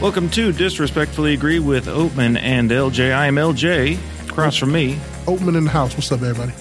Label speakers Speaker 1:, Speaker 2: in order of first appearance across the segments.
Speaker 1: Welcome to Disrespectfully Agree with Oatman and LJ. I am LJ. Across from me,
Speaker 2: Oatman in the house. What's up, everybody?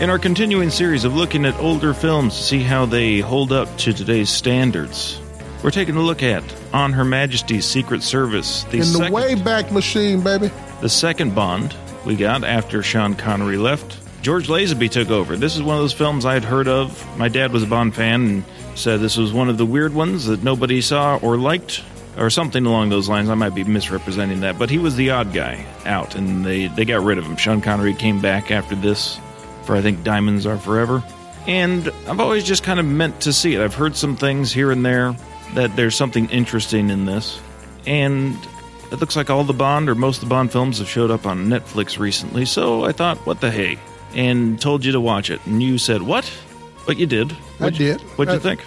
Speaker 1: In our continuing series of looking at older films to see how they hold up to today's standards, we're taking a look at On Her Majesty's Secret Service, the,
Speaker 2: In the
Speaker 1: second,
Speaker 2: way back Machine, baby.
Speaker 1: the second Bond we got after Sean Connery left. George Lazenby took over. This is one of those films I had heard of. My dad was a Bond fan and said this was one of the weird ones that nobody saw or liked. Or something along those lines. I might be misrepresenting that, but he was the odd guy out, and they, they got rid of him. Sean Connery came back after this for I think Diamonds Are Forever. And I've always just kind of meant to see it. I've heard some things here and there that there's something interesting in this. And it looks like all the Bond or most of the Bond films have showed up on Netflix recently, so I thought, what the hey? And told you to watch it. And you said, what? But you did. What'd you-
Speaker 2: did. Uh,
Speaker 1: What'd you
Speaker 2: I-
Speaker 1: think?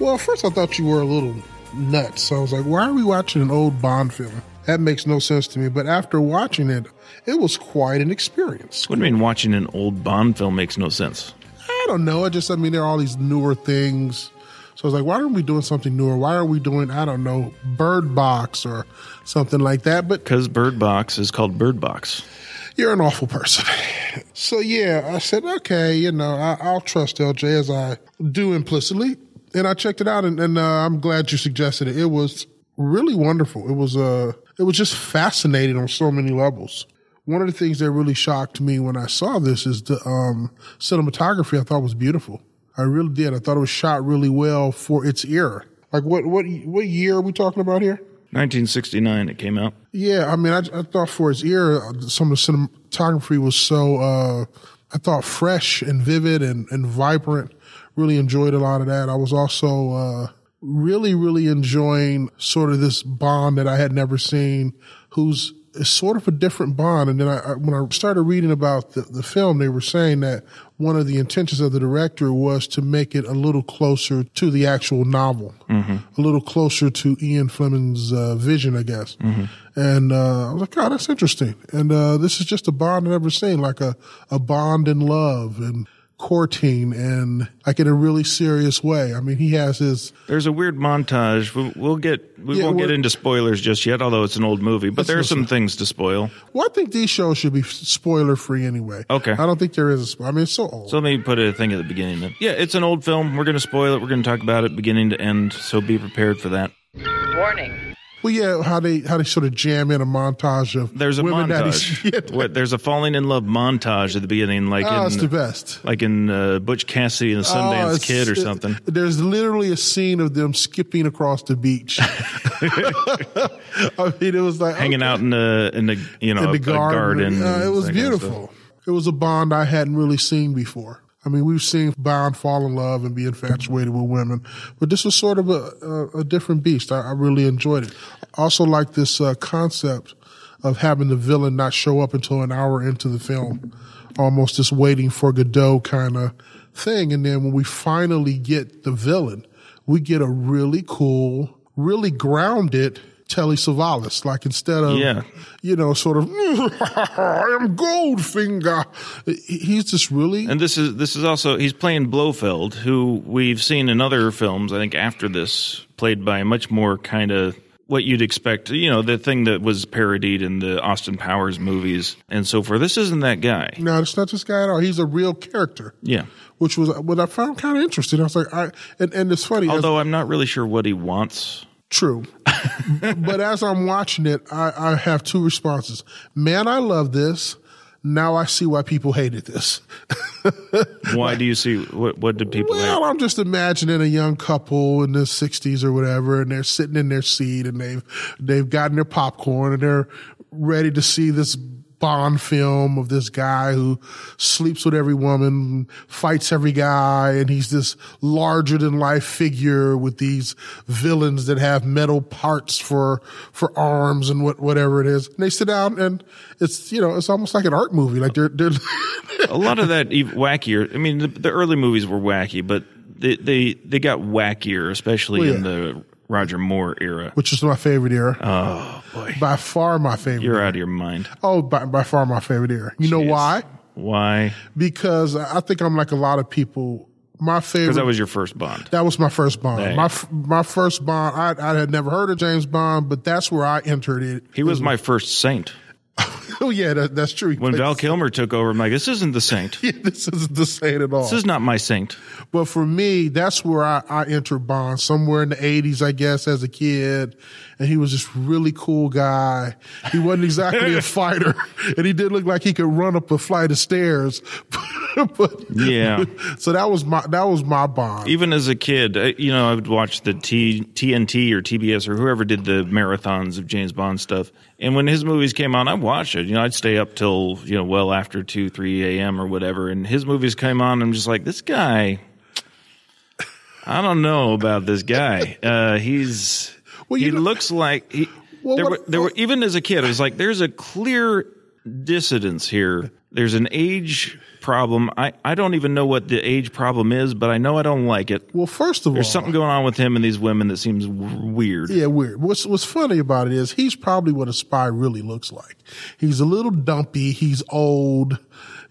Speaker 2: Well, at first I thought you were a little nuts. So I was like, why are we watching an old Bond film? That makes no sense to me. But after watching it, it was quite an experience.
Speaker 1: What do you mean watching an old Bond film makes no sense?
Speaker 2: I don't know. I just, I mean, there are all these newer things. So I was like, why aren't we doing something newer? Why are we doing, I don't know, Bird Box or something like that? But
Speaker 1: Because Bird Box is called Bird Box.
Speaker 2: you're an awful person. So yeah, I said, okay, you know, I, I'll trust LJ as I do implicitly. And I checked it out and, and uh, I'm glad you suggested it. It was really wonderful. It was, uh, it was just fascinating on so many levels. One of the things that really shocked me when I saw this is the, um, cinematography I thought was beautiful. I really did. I thought it was shot really well for its era. Like what, what, what year are we talking about here?
Speaker 1: 1969 it came out.
Speaker 2: Yeah, I mean, I, I thought for his era, some of the cinematography was so, uh, I thought fresh and vivid and, and vibrant. Really enjoyed a lot of that. I was also, uh, really, really enjoying sort of this bond that I had never seen, who's is sort of a different bond. And then I, I when I started reading about the, the film, they were saying that one of the intentions of the director was to make it a little closer to the actual novel,
Speaker 1: Mm-hmm.
Speaker 2: a little closer to Ian Fleming's uh, vision, I guess.
Speaker 1: Mm-hmm.
Speaker 2: And uh, I was like, oh, that's interesting. And uh, this is just a bond I've never seen, like a, a bond in love and courting and like in a really serious way. I mean, he has his
Speaker 1: There's a weird montage. We'll, we'll get we
Speaker 2: Yeah,
Speaker 1: won't get
Speaker 2: we're-
Speaker 1: into spoilers just yet, although it's an old movie. But there are
Speaker 2: That's
Speaker 1: some things to spoil.
Speaker 2: Well, I think these shows should be spoiler free anyway.
Speaker 1: Okay.
Speaker 2: I don't think there is a spoiler. I mean, it's so old.
Speaker 1: So let me put a thing at the beginning. Then. Yeah, it's an old film. We're going to spoil it. We're going to talk about it beginning to end. So be prepared for that.
Speaker 3: Warning.
Speaker 2: well, yeah, how they how they sort of jam in a montage of
Speaker 1: There's a
Speaker 2: women that
Speaker 1: montage.
Speaker 2: he's- yeah,
Speaker 1: What, there's a falling in love montage at the beginning, like
Speaker 2: oh, it's
Speaker 1: in
Speaker 2: the best.
Speaker 1: like in uh, Butch Cassidy and the
Speaker 2: Oh,
Speaker 1: Sundance
Speaker 2: it's-
Speaker 1: Kid or
Speaker 2: it-
Speaker 1: something.
Speaker 2: there's literally a scene of them skipping across the beach. I mean, it was like
Speaker 1: Hanging out in the in the you know
Speaker 2: in
Speaker 1: a-
Speaker 2: the
Speaker 1: a garden.
Speaker 2: garden. Uh, it
Speaker 1: and
Speaker 2: was
Speaker 1: that kind of stuff.
Speaker 2: beautiful. It was a bond I hadn't really seen before. I mean, we've seen Bond fall in love and be infatuated with women, but this was sort of a, a, a different beast. I, I really enjoyed it. I also like this uh, concept of having the villain not show up until an hour into the film, almost just waiting for Godot kind of thing. And then when we finally get the villain, we get a really cool, really grounded Telly Savalas. Like instead of
Speaker 1: Yeah.
Speaker 2: you know, sort of, I am Goldfinger. He- He's just really,
Speaker 1: And this is this is also he's playing Blofeld, who we've seen in other films. I think after this, played by a much more kind of what you'd expect. You know, the thing that was parodied in the Austin Powers movies and so forth. This isn't that guy.
Speaker 2: no, it's not this guy at all. He's a real character.
Speaker 1: Yeah.
Speaker 2: Which was what I found kind of interesting. I was like, I, and, and it's funny. as-
Speaker 1: Although I'm not really sure what he wants.
Speaker 2: True. but as I'm watching it, I, I have two responses. Man, I love this. Now I see why people hated this.
Speaker 1: Why do you see what? What did people?
Speaker 2: Well,
Speaker 1: like?
Speaker 2: I'm just imagining a young couple in the 60s or whatever, and they're sitting in their seat and they've they've gotten their popcorn and they're ready to see this Bond film of this guy who sleeps with every woman, fights every guy, and he's this larger than life figure with these villains that have metal parts for for arms and what whatever it is. And they sit down and it's you know it's almost like an art movie. Like they're they're
Speaker 1: a lot of that ev- wackier. I mean, the, the early movies were wacky, but they they, they got wackier, especially
Speaker 2: Well,
Speaker 1: in
Speaker 2: yeah.
Speaker 1: the Roger Moore era.
Speaker 2: which is my favorite era. Oh boy, by far my favorite.
Speaker 1: You're out of your mind.
Speaker 2: Oh, by, by far my favorite era. You know
Speaker 1: Jeez.
Speaker 2: why?
Speaker 1: Why?
Speaker 2: because I think I'm like a lot of people. My favorite
Speaker 1: Because that was your first Bond.
Speaker 2: That was my first Bond.
Speaker 1: Dang.
Speaker 2: My f- my first Bond. I I had never heard of James Bond, but that's where I entered it.
Speaker 1: He was my first saint.
Speaker 2: oh yeah, that, that's true. He
Speaker 1: When
Speaker 2: played-
Speaker 1: Val Kilmer took over, I'm like, this isn't the saint.
Speaker 2: this isn't the same at all.
Speaker 1: This is not my saint.
Speaker 2: But for me, that's where I, I entered Bond, somewhere in the 80s, I guess, as a kid. And he was this really cool guy. He wasn't exactly a fighter, and he did look like he could run up a flight of stairs. but
Speaker 1: Yeah.
Speaker 2: so that was my that was my Bond.
Speaker 1: Even as a kid, uh, you know, I would watch the T- TNT or TBS or whoever did the marathons of James Bond stuff. And when his movies came on, I watched it. You know, I'd stay up till, you know, well after 2, 3 a.m. or whatever. And his movies came on. I'm just like, this guy, I don't know about this guy. Uh, he's,
Speaker 2: Well, you
Speaker 1: he
Speaker 2: know-
Speaker 1: looks like, he,
Speaker 2: Well,
Speaker 1: there,
Speaker 2: what-
Speaker 1: were, there were, even as a kid, I was like, there's a clear dissidence here. There's an age problem. I, I don't even know what the age problem is, but I know I don't like it.
Speaker 2: Well, first of all,
Speaker 1: There's something going on with him and these women that seems w- weird.
Speaker 2: Yeah, weird. What's what's funny about it is he's probably what a spy really looks like. He's a little dumpy. He's old.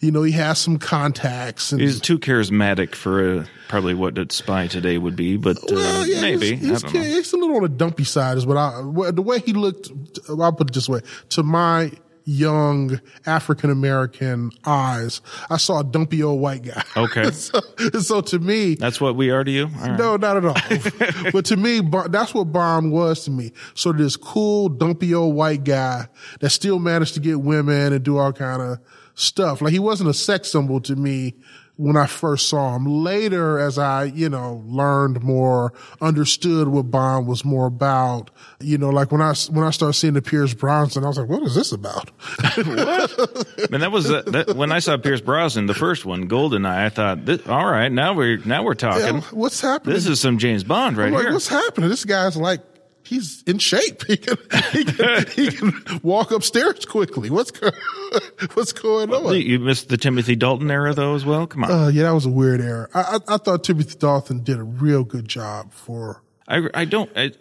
Speaker 2: You know, he has some contacts. And,
Speaker 1: He's too charismatic for uh probably what a spy today would be, but uh,
Speaker 2: Well, yeah,
Speaker 1: maybe
Speaker 2: he's, he's,
Speaker 1: I don't know.
Speaker 2: he's a little on the dumpy side, is what I. well, The way he looked, I'll put it this way: to my young African American eyes, I saw a dumpy old white guy.
Speaker 1: Okay.
Speaker 2: so, so to me,
Speaker 1: That's what we are to you. All right.
Speaker 2: No, not at all. but to me, Bo- that's what Bomb was to me. So this cool, dumpy old white guy that still managed to get women and do all kind of stuff. Like he wasn't a sex symbol to me when I first saw him. Later, as I, you know, learned more, understood what Bomb was more about, you know, like when I, s- when I started seeing the Pierce Bronson, I was like, what is this about?
Speaker 1: Man, that was uh, that, when I saw Pierce Brosnan, the first one, Goldeneye. I thought, this, all right, now we're now we're talking.
Speaker 2: What's happening?
Speaker 1: This is some James Bond right
Speaker 2: I'm like,
Speaker 1: here.
Speaker 2: what's happening? This guy's like, he's in shape. He can, he can, he can walk upstairs quickly. What's, go- what's going on?
Speaker 1: You missed the Timothy Dalton era though as well. Come on.
Speaker 2: uh, yeah, that was a weird error. I, I, I thought Timothy Dalton did a real good job for.
Speaker 1: I I don't I,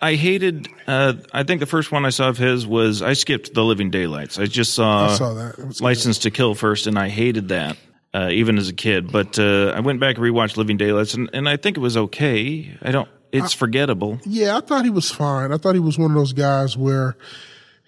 Speaker 1: I hated. Uh, I think the first one I saw of his was I skipped The Living Daylights. I just saw,
Speaker 2: I saw that. It was good.
Speaker 1: License to Kill first, and I hated that. Uh, even as a kid, but uh, I went back and rewatched Living Daylights, and, and I think it was okay. I don't. It's forgettable.
Speaker 2: Yeah, I thought he was fine. I thought he was one of those guys where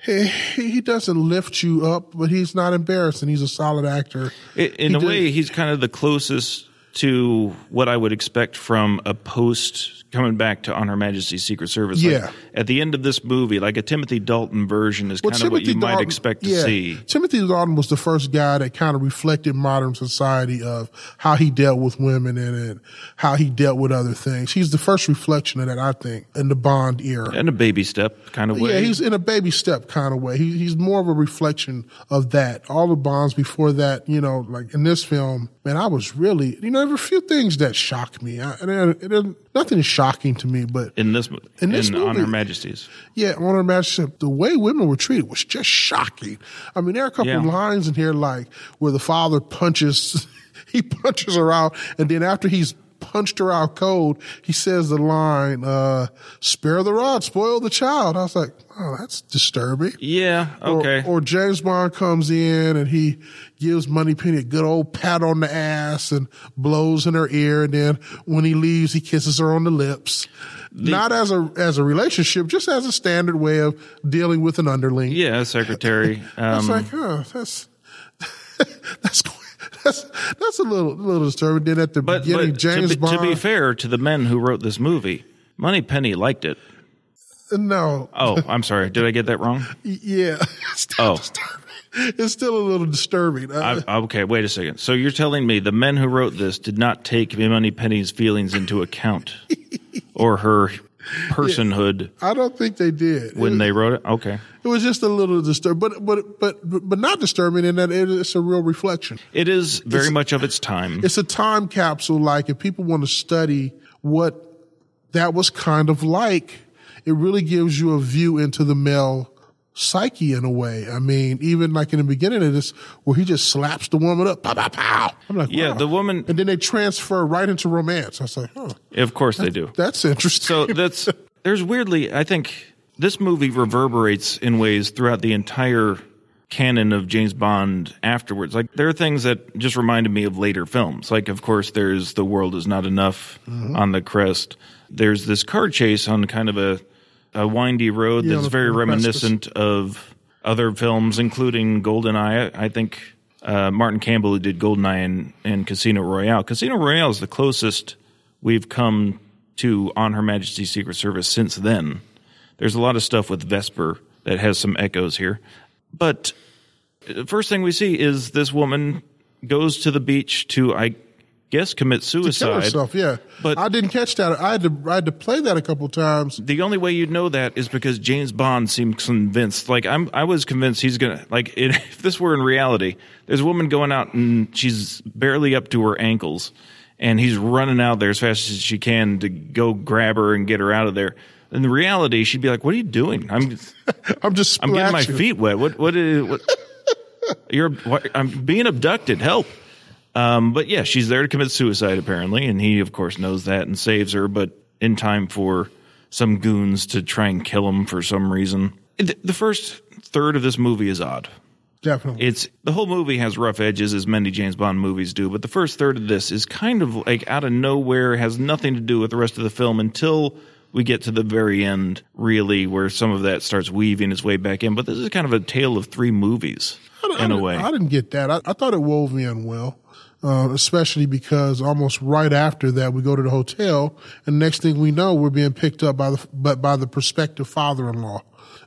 Speaker 2: he, he doesn't lift you up, but he's not embarrassed and he's a solid actor.
Speaker 1: I in
Speaker 2: he
Speaker 1: a
Speaker 2: did-
Speaker 1: way, he's kind of the closest to what I would expect from a post coming back to On Her Majesty's Secret Service. Like,
Speaker 2: Yeah.
Speaker 1: at the end of this movie, like a Timothy Dalton version is
Speaker 2: Well,
Speaker 1: kind of what you
Speaker 2: Timothy
Speaker 1: might
Speaker 2: Dalton-
Speaker 1: expect to
Speaker 2: yeah,
Speaker 1: see.
Speaker 2: Timothy Dalton was the first guy that kind of reflected modern society of how he dealt with women and, and how he dealt with other things. He's the first reflection of that, I think, in the Bond era.
Speaker 1: In a baby step kind of way.
Speaker 2: Yeah, he's in a baby step kind of way. He, he's more of a reflection of that. All the bonds before that, you know, like in this film, man, I was really, you know, there were a few things that shocked me. I, and it, it, nothing is shocking to me, but
Speaker 1: in this mo-
Speaker 2: In this
Speaker 1: on
Speaker 2: movie.
Speaker 1: Her Majesty's.
Speaker 2: yeah, on our matchup, the way women were treated was just shocking. I mean, there are a couple
Speaker 1: Yeah.
Speaker 2: lines in here like where the father punches, he punches her out, and then after he's punched her out cold, he says the line, uh, "Spare the rod, spoil the child." I was like, "Oh, that's disturbing."
Speaker 1: Yeah.
Speaker 2: Or-
Speaker 1: Okay.
Speaker 2: Or, James Bond comes in and he gives Money Penny a good old pat on the ass and blows in her ear, and then when he leaves, he kisses her on the lips. Not as a as a relationship, just as a standard way of dealing with an underling.
Speaker 1: yeah, secretary.
Speaker 2: It's
Speaker 1: Um,
Speaker 2: like, huh, that's that's that's that's a little little disturbing. Then at the
Speaker 1: but
Speaker 2: beginning,
Speaker 1: but
Speaker 2: James
Speaker 1: to, be,
Speaker 2: Bond.
Speaker 1: to be fair to the men who wrote this movie, Money Penny liked it.
Speaker 2: no,
Speaker 1: Oh, I'm sorry. Did I get that wrong?
Speaker 2: yeah, it's still
Speaker 1: Oh.
Speaker 2: disturbing. It's still a little disturbing. Uh,
Speaker 1: I, okay, wait a second. So you're telling me the men who wrote this did not take Money Penny's feelings into account or her personhood
Speaker 2: I don't think they did.
Speaker 1: when they wrote it? Okay.
Speaker 2: It was just a little disturbing, but but but but not disturbing in that it- it's a real reflection.
Speaker 1: It is very much of its time.
Speaker 2: It's a time capsule. Like if people want to study what that was kind of like, it really gives you a view into the male psyche in a way. I mean, even like in the beginning of this, where he just slaps the woman up, pow pow pow. I'm like,
Speaker 1: Yeah,
Speaker 2: wow.
Speaker 1: the woman-
Speaker 2: and then they transfer right into romance. I was like, huh,
Speaker 1: Of course they do.
Speaker 2: that's interesting.
Speaker 1: So that's there's weirdly, I think this movie reverberates in ways throughout the entire canon of James Bond afterwards. Like there are things that just reminded me of later films. Like of course there's The World Is Not Enough on the crest. There's this car chase on kind of a a windy road
Speaker 2: Yeah,
Speaker 1: that's
Speaker 2: the-
Speaker 1: very
Speaker 2: the precipice.
Speaker 1: reminiscent of other films, including GoldenEye. I think uh, Martin Campbell, who did GoldenEye and, and Casino Royale. Casino Royale is the closest we've come to On Her Majesty's Secret Service since then. There's a lot of stuff with Vesper that has some echoes here. But the first thing we see is this woman goes to the beach to, I guess, commit
Speaker 2: Kill
Speaker 1: suicide.
Speaker 2: herself, yeah.
Speaker 1: But-
Speaker 2: I didn't catch that. I had to I had to play that a couple times.
Speaker 1: the only way you'd know that is because James Bond seemed convinced. Like I'm, I was convinced he's gonna like it, if this were in reality, there's a woman going out and she's barely up to her ankles, and he's running out there as fast as she can to go grab her and get her out of there. In reality, she'd be like, "What are you doing? I'm,
Speaker 2: I'm just
Speaker 1: I'm getting my
Speaker 2: splashing.
Speaker 1: feet wet. What, what is? What, you're, what, I'm being abducted. Help!" Um, but yeah, she's there to commit suicide apparently, and he of course knows that and saves her, but in time for some goons to try and kill him for some reason. Th- The first third of this movie is odd.
Speaker 2: Definitely.
Speaker 1: It's the whole movie has rough edges as many James Bond movies do, but the first third of this is kind of like out of nowhere, has nothing to do with the rest of the film until we get to the very end, really, where some of that starts weaving its way back in. But this is kind of a tale of three movies
Speaker 2: I don't-
Speaker 1: in
Speaker 2: I
Speaker 1: a
Speaker 2: didn't-
Speaker 1: way.
Speaker 2: I didn't get that. I, I thought it wove me in well, uh, especially because almost right after that we go to the hotel, and next thing we know we're being picked up by the but by the prospective father-in-law,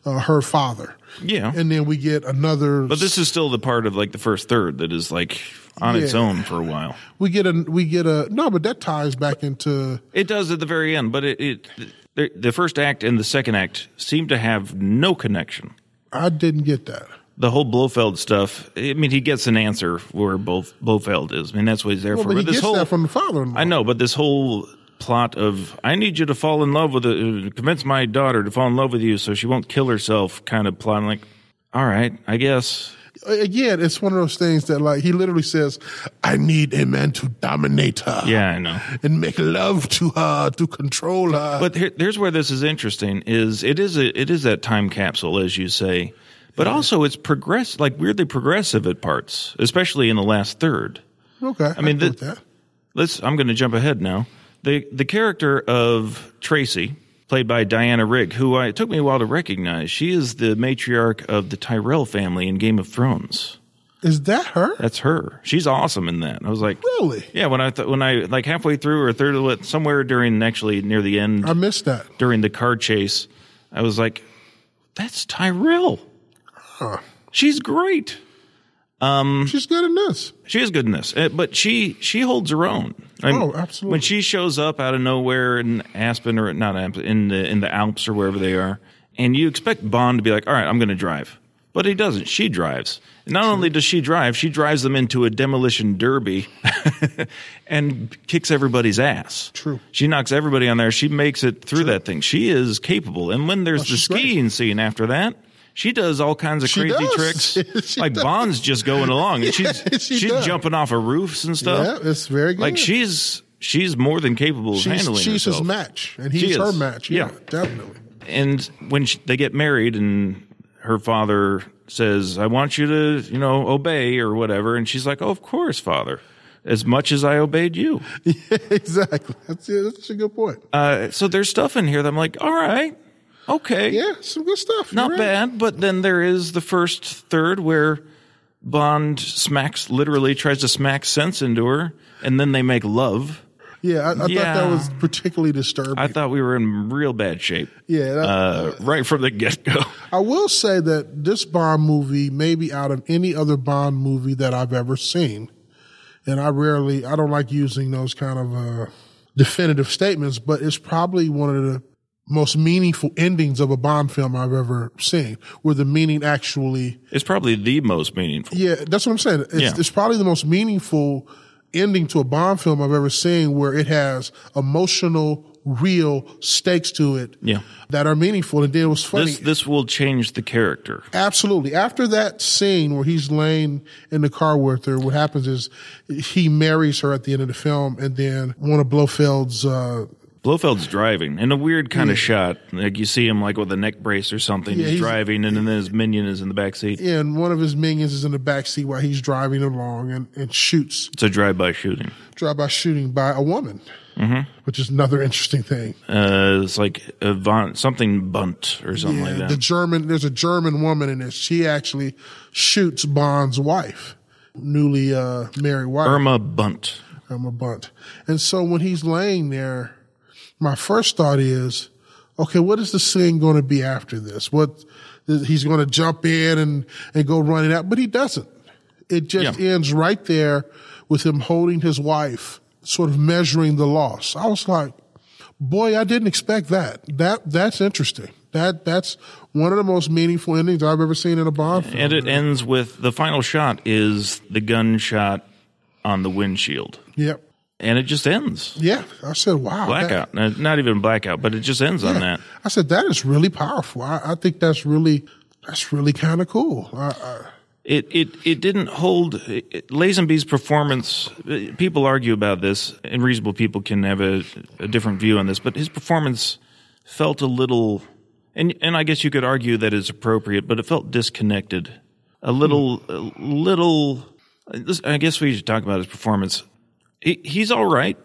Speaker 2: uh, her father,
Speaker 1: Yeah.
Speaker 2: and then we get another.
Speaker 1: But this is still the part of like the first third that is like on its
Speaker 2: Yeah.
Speaker 1: own for a while.
Speaker 2: we get a we get a no, but that ties back into
Speaker 1: It does at the very end, but it, it the, the first act and the second act seem to have no connection.
Speaker 2: I didn't get that.
Speaker 1: The whole Blofeld stuff. I mean, he gets an answer where both Blofeld is. I mean, that's what he's there
Speaker 2: Well,
Speaker 1: for.
Speaker 2: but he
Speaker 1: this
Speaker 2: gets
Speaker 1: whole
Speaker 2: that from the father-in-law.
Speaker 1: I know, but this whole plot of I need you to fall in love with a, convince my daughter to fall in love with you so she won't kill herself kind of plot. I'm like, all right, I guess.
Speaker 2: Again, it's one of those things that like he literally says, "I need a man to dominate her."
Speaker 1: Yeah, I know.
Speaker 2: And make love to her, to control her.
Speaker 1: But here, here's where this is interesting: is it is a, it is that time capsule, as you say, but also it's progress like weirdly progressive at parts, especially in the last third.
Speaker 2: Okay. I
Speaker 1: mean,
Speaker 2: agree
Speaker 1: the-
Speaker 2: with that.
Speaker 1: Let's. I'm going to jump ahead now. the The character of Tracy, played by Diana Rigg, who I, it took me a while to recognize, she is the matriarch of the Tyrell family in Game of Thrones.
Speaker 2: Is that her?
Speaker 1: That's her. She's awesome in that. I was like,
Speaker 2: Really?
Speaker 1: Yeah, when I th- when I like halfway through or third of it, somewhere during actually near the end,
Speaker 2: I missed that.
Speaker 1: during the car chase, I was like, "That's Tyrell. She's great.
Speaker 2: She's good in this.
Speaker 1: She is good in this, Uh, but she she holds her own. I mean,
Speaker 2: Oh, absolutely.
Speaker 1: When she shows up out of nowhere in Aspen or not Aspen, in the in the Alps or wherever they are, and you expect Bond to be like, "All right, I'm going to drive," but he doesn't. She drives. And not only does she drive, she drives them into a demolition derby, and kicks everybody's ass.
Speaker 2: True.
Speaker 1: She knocks everybody on there. She makes it through that thing. She is capable. And when there's the
Speaker 2: Oh, she's great.
Speaker 1: skiing scene after that, she does all kinds of
Speaker 2: She
Speaker 1: crazy
Speaker 2: does.
Speaker 1: tricks.
Speaker 2: She
Speaker 1: like
Speaker 2: does.
Speaker 1: Bond's just going along, and she's
Speaker 2: Yeah, she
Speaker 1: she's
Speaker 2: does.
Speaker 1: jumping off of roofs and stuff.
Speaker 2: Yeah, it's very good.
Speaker 1: Like she's she's more than capable of
Speaker 2: She's,
Speaker 1: handling
Speaker 2: she's his
Speaker 1: herself.
Speaker 2: match, and he's
Speaker 1: is.
Speaker 2: her match. Yeah,
Speaker 1: Yeah.
Speaker 2: definitely.
Speaker 1: and when she, they get married, and her father says, "I want you to, you know, obey or whatever," and she's like, "Oh, of course, father." As much as I obeyed you,
Speaker 2: exactly. That's, yeah, that's a good point.
Speaker 1: uh, so there's stuff in here that I'm like, all right, okay,
Speaker 2: yeah, some good stuff.
Speaker 1: not
Speaker 2: You're right.
Speaker 1: bad. But then there is the first third where Bond smacks, literally tries to smack sense into her, and then they make love.
Speaker 2: Yeah, I, I
Speaker 1: Yeah.
Speaker 2: thought that was particularly disturbing.
Speaker 1: I thought we were in real bad shape
Speaker 2: yeah, that,
Speaker 1: uh, right from the get go.
Speaker 2: I will say that this Bond movie, maybe out of any other Bond movie that I've ever seen, and I rarely, I don't like using those kind of uh, definitive statements, but it's probably one of the most meaningful endings of a Bond film I've ever seen, where the meaning actually,
Speaker 1: It's probably the most meaningful.
Speaker 2: yeah, that's what I'm saying. It's,
Speaker 1: Yeah.
Speaker 2: it's probably the most meaningful ending to a Bond film I've ever seen, where it has emotional, real stakes to it
Speaker 1: Yeah.
Speaker 2: that are meaningful. And then it was funny.
Speaker 1: This this will change the character.
Speaker 2: Absolutely. After that scene where he's laying in the car with her, what happens is he marries her at the end of the film, and then one of Blofeld's uh,
Speaker 1: Blofeld's driving in a weird kind of shot. Like you see him like with a neck brace or something.
Speaker 2: Yeah,
Speaker 1: he's,
Speaker 2: he's-
Speaker 1: driving, and then his minion is in the back seat.
Speaker 2: and one of his minions is in the backseat while he's driving along and, and shoots
Speaker 1: It's a drive-by shooting.
Speaker 2: drive-by shooting by a woman, which is another interesting thing.
Speaker 1: Uh, it's like a von, something bunt or something
Speaker 2: Yeah,
Speaker 1: like
Speaker 2: The
Speaker 1: that.
Speaker 2: German, there's a German woman in this. She actually shoots Bond's wife, newly uh, married wife,
Speaker 1: Irma Bunt.
Speaker 2: Irma Bunt. And so when he's laying there, my first thought is, okay, what is the scene going to be after this? What he's going to jump in and and go running out, but he doesn't. It just
Speaker 1: Yeah.
Speaker 2: ends right there with him holding his wife, sort of measuring the loss. I was like, boy, I didn't expect that. That that's interesting. That that's one of the most meaningful endings I've ever seen in a Bond film.
Speaker 1: And it ends with the final shot is the gunshot on the windshield,
Speaker 2: Yep.
Speaker 1: and it just ends.
Speaker 2: Yeah. I said, wow. that-
Speaker 1: Blackout. Uh, Not even blackout, but it just ends on that.
Speaker 2: I said that is really powerful. I, I think that's really that's really kind of cool. I, I,
Speaker 1: it it it didn't hold it, it- Lazenby's performance. uh, People argue about this, and reasonable people can have a, a different view on this. But his performance felt a little, and and I guess you could argue that it's appropriate, but it felt disconnected, a little,
Speaker 2: Hmm.
Speaker 1: a little. this- I guess we should talk about his performance. He, he's all right,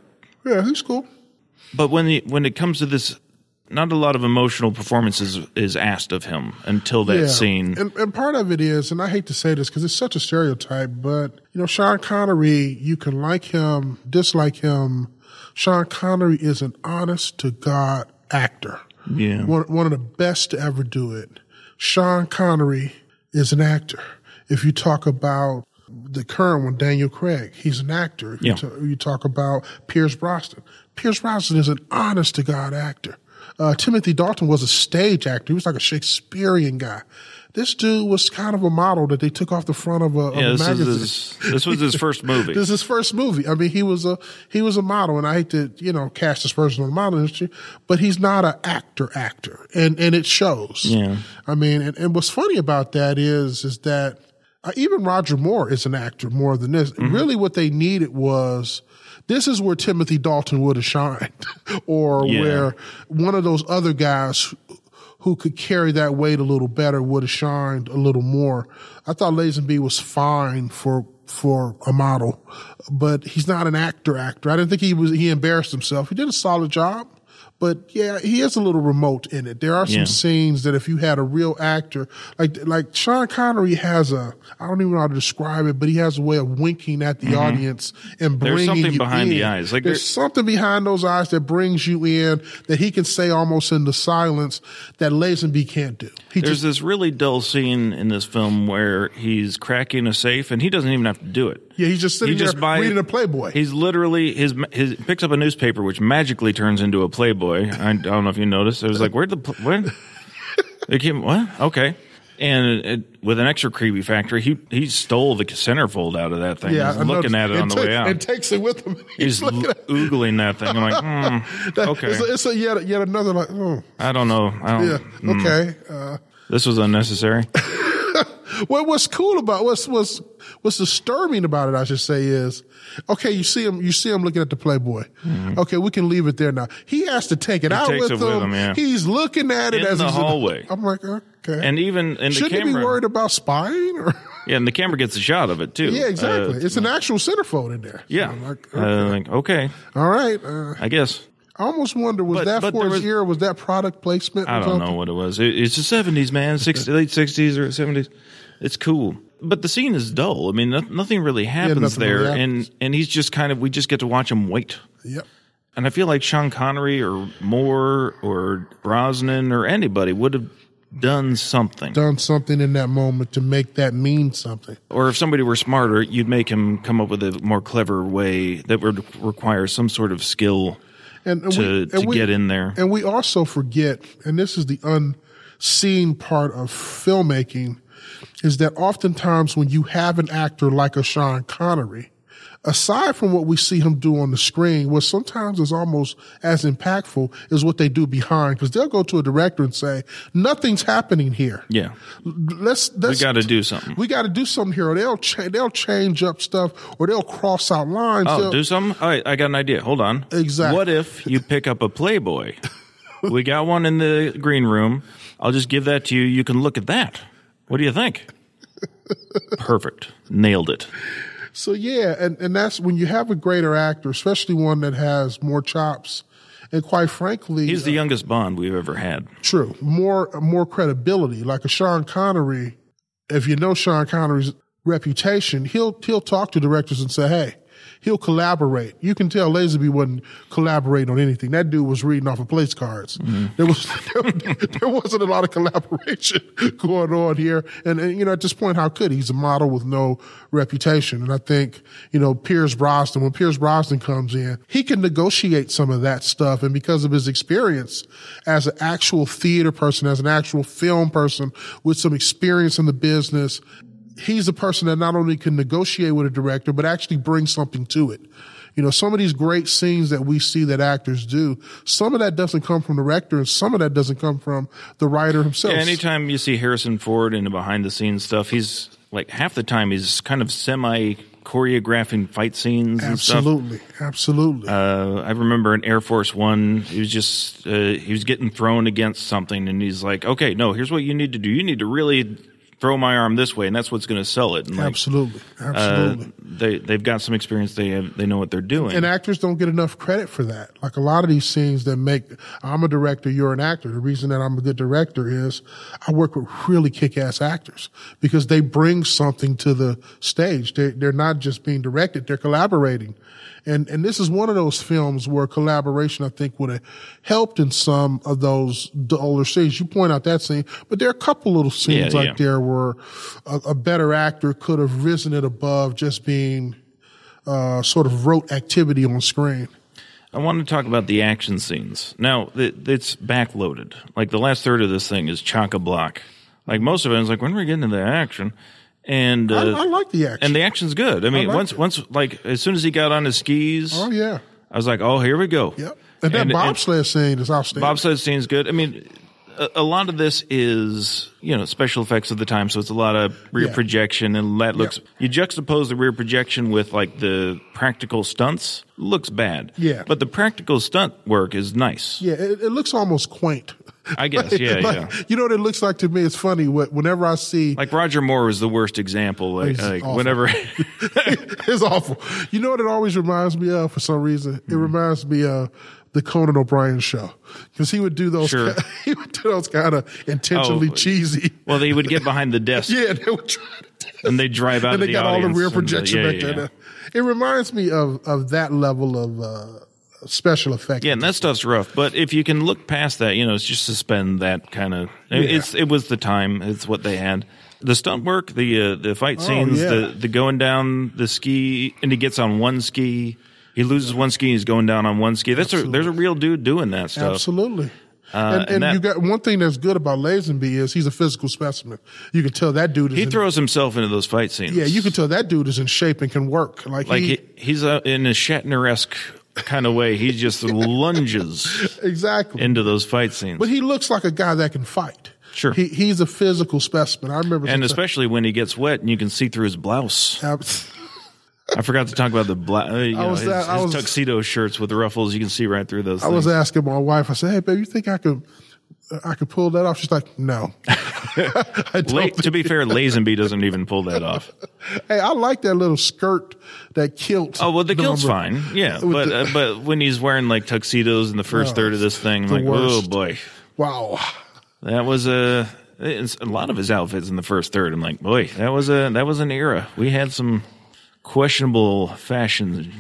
Speaker 2: yeah, he's cool.
Speaker 1: but when the, when it comes to this, not a lot of emotional performances is asked of him until that
Speaker 2: Yeah.
Speaker 1: scene.
Speaker 2: and, and part of it is, and I hate to say this because it's such a stereotype, but you know, Sean Connery, you can like him, dislike him. Sean Connery is an honest to God actor.
Speaker 1: Yeah.
Speaker 2: one, one of the best to ever do it. Sean Connery is an actor. If you talk about the current one, Daniel Craig, he's an actor. If
Speaker 1: Yeah.
Speaker 2: you, ta- you talk about Pierce Brosnan, Pierce Brosnan is an honest to God actor. Uh, Timothy Dalton was a stage actor. He was like a Shakespearean guy. This dude was kind of a model that they took off the front of a, of
Speaker 1: yeah,
Speaker 2: a
Speaker 1: this
Speaker 2: magazine.
Speaker 1: is his, this was his first movie.
Speaker 2: This is his first movie. I mean, he was a he was a model, and I hate to you know cast dispersion on the model industry, but he's not an actor actor, and and it shows.
Speaker 1: Yeah.
Speaker 2: I mean, and, and what's funny about that is is that uh, even Roger Moore is an actor more than this.
Speaker 1: Mm-hmm.
Speaker 2: Really, what they needed was. This is where Timothy Dalton would have shined, or
Speaker 1: Yeah.
Speaker 2: where one of those other guys who could carry that weight a little better would have shined a little more. I thought Lazenby was fine for for a model, but he's not an actor actor. I didn't think he was he embarrassed himself. He did a solid job, but yeah, he is a little remote in it. There are some
Speaker 1: Yeah.
Speaker 2: scenes that if you had a real actor like like Sean Connery has a I don't even know how to describe it, but he has a way of winking at the audience and bringing
Speaker 1: Mm-hmm. something
Speaker 2: you
Speaker 1: behind the
Speaker 2: in.
Speaker 1: eyes. Like
Speaker 2: There's
Speaker 1: there-
Speaker 2: something behind those eyes that brings you in that he can say almost in the silence that Lazenby can't do. He
Speaker 1: There's
Speaker 2: just
Speaker 1: this really dull scene in this film where he's cracking a safe and he doesn't even have to do it.
Speaker 2: yeah, he's just sitting
Speaker 1: he just
Speaker 2: there
Speaker 1: buy-
Speaker 2: reading a Playboy.
Speaker 1: He's literally his his picks up a newspaper which magically turns into a Playboy. I don't know if you noticed. It was like where the pl- where it came what okay. And it, with an extra creepy factor, he he stole the centerfold out of that thing.
Speaker 2: yeah,
Speaker 1: he's
Speaker 2: I
Speaker 1: looking
Speaker 2: noticed.
Speaker 1: at it on
Speaker 2: and
Speaker 1: the
Speaker 2: ta-
Speaker 1: way
Speaker 2: and
Speaker 1: out.
Speaker 2: takes it with him.
Speaker 1: He's l-
Speaker 2: looking at-
Speaker 1: oogling that thing. I'm like, hmm,
Speaker 2: that-
Speaker 1: okay,
Speaker 2: It's, a, it's a yet yet another like, oh,
Speaker 1: I don't know. I don't,
Speaker 2: yeah, okay. Uh,
Speaker 1: This was unnecessary.
Speaker 2: What what's cool about what's what's what's disturbing about it, I should say, is okay. You see him, you see him looking at the Playboy. Okay, we can leave it there now. He has to take it out
Speaker 1: Mm-hmm. takes
Speaker 2: with
Speaker 1: it
Speaker 2: him.
Speaker 1: with him, yeah.
Speaker 2: He's looking at it
Speaker 1: In
Speaker 2: as
Speaker 1: the
Speaker 2: he's
Speaker 1: hallway.
Speaker 2: I'm like, okay.
Speaker 1: And even in the
Speaker 2: shouldn't
Speaker 1: camera,
Speaker 2: he be worried about spying? Or
Speaker 1: Yeah, and the camera gets a shot of it too.
Speaker 2: yeah, exactly.
Speaker 1: Uh,
Speaker 2: it's an actual centerfold in there.
Speaker 1: yeah.
Speaker 2: I'm like,
Speaker 1: Uh, like, okay,
Speaker 2: all right. Uh,
Speaker 1: I guess.
Speaker 2: I almost wonder was
Speaker 1: But-
Speaker 2: that
Speaker 1: but
Speaker 2: for
Speaker 1: there
Speaker 2: his
Speaker 1: was-
Speaker 2: ear? Was that product placement?
Speaker 1: I
Speaker 2: or
Speaker 1: don't
Speaker 2: something?
Speaker 1: know what it was. It, it's the seventies, man. 60, late sixties or seventies. It's cool, but the scene is dull. I mean, no, nothing really happens
Speaker 2: nothing
Speaker 1: there,
Speaker 2: really happens.
Speaker 1: and and he's just kind of we just get to watch him wait.
Speaker 2: Yep.
Speaker 1: And I feel like Sean Connery or Moore or Brosnan or anybody would have done something.
Speaker 2: Done something in that moment to make that mean something.
Speaker 1: Or if somebody were smarter, you'd make him come up with a more clever way that would require some sort of skill
Speaker 2: And, and we,
Speaker 1: to
Speaker 2: and
Speaker 1: to
Speaker 2: we-
Speaker 1: get in there.
Speaker 2: And we also forget, and this is the unseen part of filmmaking, is that oftentimes when you have an actor like a Sean Connery, aside from what we see him do on the screen, what sometimes is almost as impactful is what they do behind because they'll go to a director and say, "Nothing's happening here.
Speaker 1: Yeah.
Speaker 2: Let's let's
Speaker 1: gotta do something.
Speaker 2: We got to do something here. Or they'll cha- they'll change up stuff or they'll cross out lines.
Speaker 1: Oh,
Speaker 2: They'll-
Speaker 1: do something? All right, I got an idea. Hold on.
Speaker 2: Exactly.
Speaker 1: What if you pick up a Playboy? we got one in the green room. I'll just give that to you. You can look at that. What do you think? Perfect. Nailed it.
Speaker 2: So yeah, and, and that's when you have a greater actor, especially one that has more chops, and quite frankly,
Speaker 1: He's the youngest Bond we've ever had.
Speaker 2: True. More more credibility. Like a Sean Connery, if you know Sean Connery's reputation, he'll he'll talk to directors and say, Hey, he'll collaborate. You can tell Lazenby wasn't collaborating on anything. That dude was reading off of place cards. There was there, there wasn't a lot of collaboration going on here. And, and you know, at this point, how could he? He's a model with no reputation. And I think, you know, Piers Brosnan, when Piers Brosnan comes in, he can negotiate some of that stuff. And because of his experience as an actual theater person, as an actual film person with some experience in the business, he's a person that not only can negotiate with a director, but actually bring something to it. You know, some of these great scenes that we see that actors do, some of that doesn't come from the director and some of that doesn't come from the writer himself.
Speaker 1: Yeah, anytime you see Harrison Ford in the behind the scenes stuff, he's like half the time he's kind of semi choreographing fight scenes and stuff.
Speaker 2: Absolutely, absolutely.
Speaker 1: Uh, I remember in Air Force One, he was just uh, he was getting thrown against something, and he's like, "Okay, no, here's what you need to do. You need to really throw my arm this way, and that's what's going to sell it." And like,
Speaker 2: absolutely,
Speaker 1: uh,
Speaker 2: absolutely.
Speaker 1: they they've got some experience. They have, they know what they're doing.
Speaker 2: and actors don't get enough credit for that. Like a lot of these scenes that make I'm a director, you're an actor. The reason that I'm a good director is I work with really kick-ass actors because they bring something to the stage. They they're not just being directed, they're collaborating. And and this is one of those films where collaboration I think would have helped in some of those older scenes. You point out that scene, but there are a couple little scenes
Speaker 1: Yeah,
Speaker 2: like
Speaker 1: yeah.
Speaker 2: there where a, a better actor could have risen it above just being uh, sort of rote activity on screen.
Speaker 1: I want to talk about the action scenes. Now, it, it's backloaded. Like the last third of this thing is chock a block. Like most of it is like when we're getting into the action, and uh,
Speaker 2: I, I like the action.
Speaker 1: and the action's good. I mean,
Speaker 2: like
Speaker 1: once
Speaker 2: it.
Speaker 1: once like as soon as he got on his skis,
Speaker 2: oh yeah,
Speaker 1: I was like, oh, here we go.
Speaker 2: yep. And that bobsled scene is outstanding.
Speaker 1: bobsled scene's good. I mean, a, a lot of this is you know special effects of the time, so it's a lot of rear
Speaker 2: Yeah.
Speaker 1: projection and that looks. You juxtapose the rear projection with like the practical stunts, looks bad.
Speaker 2: Yeah.
Speaker 1: but the practical stunt work is nice.
Speaker 2: yeah, it, it looks almost quaint.
Speaker 1: I guess. Yeah,
Speaker 2: Like,
Speaker 1: yeah.
Speaker 2: You know what it looks like to me? It's funny. What whenever I see,
Speaker 1: Like Roger Moore is the worst example. Like,
Speaker 2: He's
Speaker 1: like
Speaker 2: awful.
Speaker 1: whenever
Speaker 2: it's awful. You know what it always reminds me of for some reason?
Speaker 1: Hmm.
Speaker 2: It reminds me of the Conan O'Brien show because he would do those.
Speaker 1: Sure.
Speaker 2: he would do those kind of intentionally
Speaker 1: Oh,
Speaker 2: cheesy.
Speaker 1: well they would get behind the desk
Speaker 2: Yeah, they would try to.
Speaker 1: and they drive out.
Speaker 2: and
Speaker 1: of
Speaker 2: they
Speaker 1: the
Speaker 2: got all the
Speaker 1: audience
Speaker 2: rear
Speaker 1: and
Speaker 2: projection
Speaker 1: yeah,
Speaker 2: back
Speaker 1: yeah,
Speaker 2: there.
Speaker 1: Yeah.
Speaker 2: It reminds me of of that level of uh, special effect.
Speaker 1: Yeah, and that stuff's rough. But if you can look past that, you know, it's just suspend that kind of. It's it was the time. It's what they had. The stunt work, the uh, the fight scenes,
Speaker 2: Oh, yeah.
Speaker 1: the the going down the ski, and he gets on one ski. He loses one ski. He's going down on one ski. That's a, there's a real dude doing that stuff.
Speaker 2: absolutely. Uh, and and,
Speaker 1: and that-
Speaker 2: you got one thing that's good about Lazenby is he's a physical specimen. You can tell that dude is
Speaker 1: He
Speaker 2: in,
Speaker 1: throws himself into those fight scenes.
Speaker 2: yeah, you can tell that dude is in shape and can work. Like,
Speaker 1: like
Speaker 2: he,
Speaker 1: he, he's uh in a Shatner esque kind of way. He just lunges
Speaker 2: exactly.
Speaker 1: into those fight scenes.
Speaker 2: but he looks like a guy that can fight.
Speaker 1: Sure.
Speaker 2: He he's a physical specimen. I remember
Speaker 1: and
Speaker 2: sometimes-
Speaker 1: especially when he gets wet and you can see through his blouse. I forgot to talk about the black. Uh, you know,
Speaker 2: was
Speaker 1: his,
Speaker 2: at- I
Speaker 1: his
Speaker 2: was-
Speaker 1: tuxedo shirts with ruffles. You can see right through those.
Speaker 2: I was
Speaker 1: things.
Speaker 2: asking my wife. I said, "Hey, babe, you think I could I could pull that off?" She's like, "No." I don't
Speaker 1: La- to be fair, Lazenby doesn't even pull that off.
Speaker 2: Hey, I like that little skirt, that kilt.
Speaker 1: Oh well, the
Speaker 2: number.
Speaker 1: kilt's fine, yeah.
Speaker 2: With
Speaker 1: But
Speaker 2: the-
Speaker 1: uh, but when he's wearing like tuxedos in the first
Speaker 2: Oh,
Speaker 1: third of this thing, I'm
Speaker 2: the
Speaker 1: like oh
Speaker 2: worst.
Speaker 1: boy,
Speaker 2: Wow.
Speaker 1: that was a it's a lot of his outfits in the first third. I'm like boy, that was a that was an era. We had some questionable fashion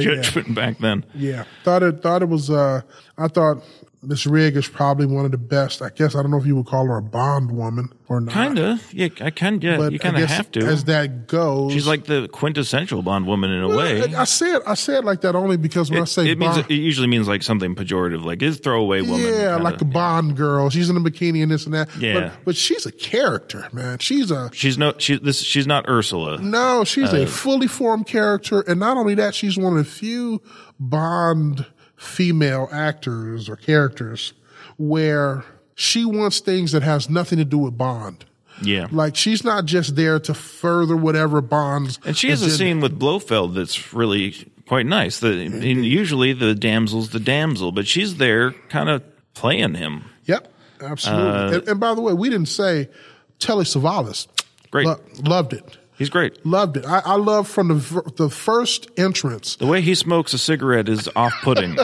Speaker 2: yeah.
Speaker 1: judgment back then.
Speaker 2: Yeah. Thought it thought it was uh I thought Miss Rigg is probably one of the best. I guess I don't know if you would call her a Bond woman or not.
Speaker 1: Kinda, yeah, I kind, yeah,
Speaker 2: but
Speaker 1: you
Speaker 2: I
Speaker 1: kind of
Speaker 2: guess
Speaker 1: have to.
Speaker 2: As that goes,
Speaker 1: She's like the quintessential Bond woman in a way.
Speaker 2: I, I say it. I say it like that only because when I say
Speaker 1: it means
Speaker 2: Bond,
Speaker 1: it usually means like something pejorative, like his throwaway woman.
Speaker 2: yeah,
Speaker 1: kinda.
Speaker 2: like a Bond girl. She's in a bikini and this and that.
Speaker 1: Yeah.
Speaker 2: but, but she's a character, man. She's a
Speaker 1: she's no, she this she's not Ursula.
Speaker 2: No, she's
Speaker 1: Oh,
Speaker 2: a fully formed character, and not only that, she's one of the few Bond female actors or characters where she wants things that has nothing to do with Bond.
Speaker 1: Yeah,
Speaker 2: Like she's not just there to further whatever Bond's.
Speaker 1: and she has a
Speaker 2: agenda-
Speaker 1: scene with Blofeld that's really quite nice. The
Speaker 2: Mm-hmm.
Speaker 1: and usually the damsel's the damsel, but she's there kind of playing him.
Speaker 2: Yep, absolutely.
Speaker 1: Uh,
Speaker 2: and, and by the way, we didn't say Telly Savalas.
Speaker 1: Great.
Speaker 2: Lo- loved it.
Speaker 1: He's great.
Speaker 2: Loved it. I, I love from the ver- the first entrance
Speaker 1: The way he smokes a cigarette is off-putting.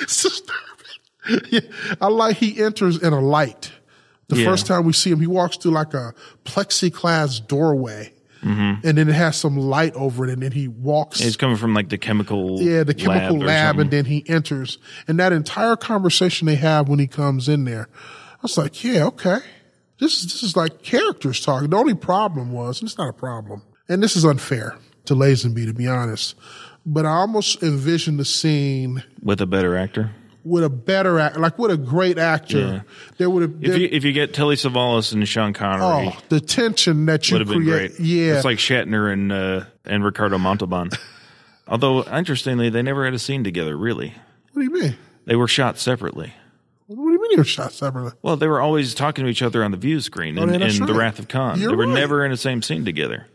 Speaker 2: It's disturbing. Yeah, I like he enters in a light. The
Speaker 1: Yeah.
Speaker 2: first time we see him, he walks through like a plexiglass doorway,
Speaker 1: Mm-hmm.
Speaker 2: and then it has some light over it, and then he walks.
Speaker 1: He's coming from like the chemical
Speaker 2: yeah, the chemical
Speaker 1: or
Speaker 2: lab,
Speaker 1: something.
Speaker 2: and then he enters. And that entire conversation they have when he comes in there, I was like, yeah, okay, this is this is like characters talking. The only problem was, and it's not a problem, and this is unfair to Lazenby to be honest, but I almost envisioned the scene
Speaker 1: with a better actor.
Speaker 2: with a better act, like with a great actor,
Speaker 1: Yeah.
Speaker 2: there would have
Speaker 1: If
Speaker 2: been
Speaker 1: you if you get Telly Savalas and Sean Connery,
Speaker 2: oh, the tension that you
Speaker 1: would have been
Speaker 2: create.
Speaker 1: great.
Speaker 2: Yeah,
Speaker 1: it's like Shatner and uh, and Ricardo Montalban. Although interestingly, they never had a scene together. Really,
Speaker 2: what do you mean?
Speaker 1: they were shot separately.
Speaker 2: What do you mean you're shot separately?
Speaker 1: Well, they were always talking to each other on the view screen in,
Speaker 2: Oh, yeah, that's
Speaker 1: in The
Speaker 2: right.
Speaker 1: Wrath of Khan.
Speaker 2: You're
Speaker 1: they were
Speaker 2: right.
Speaker 1: never in the same scene together.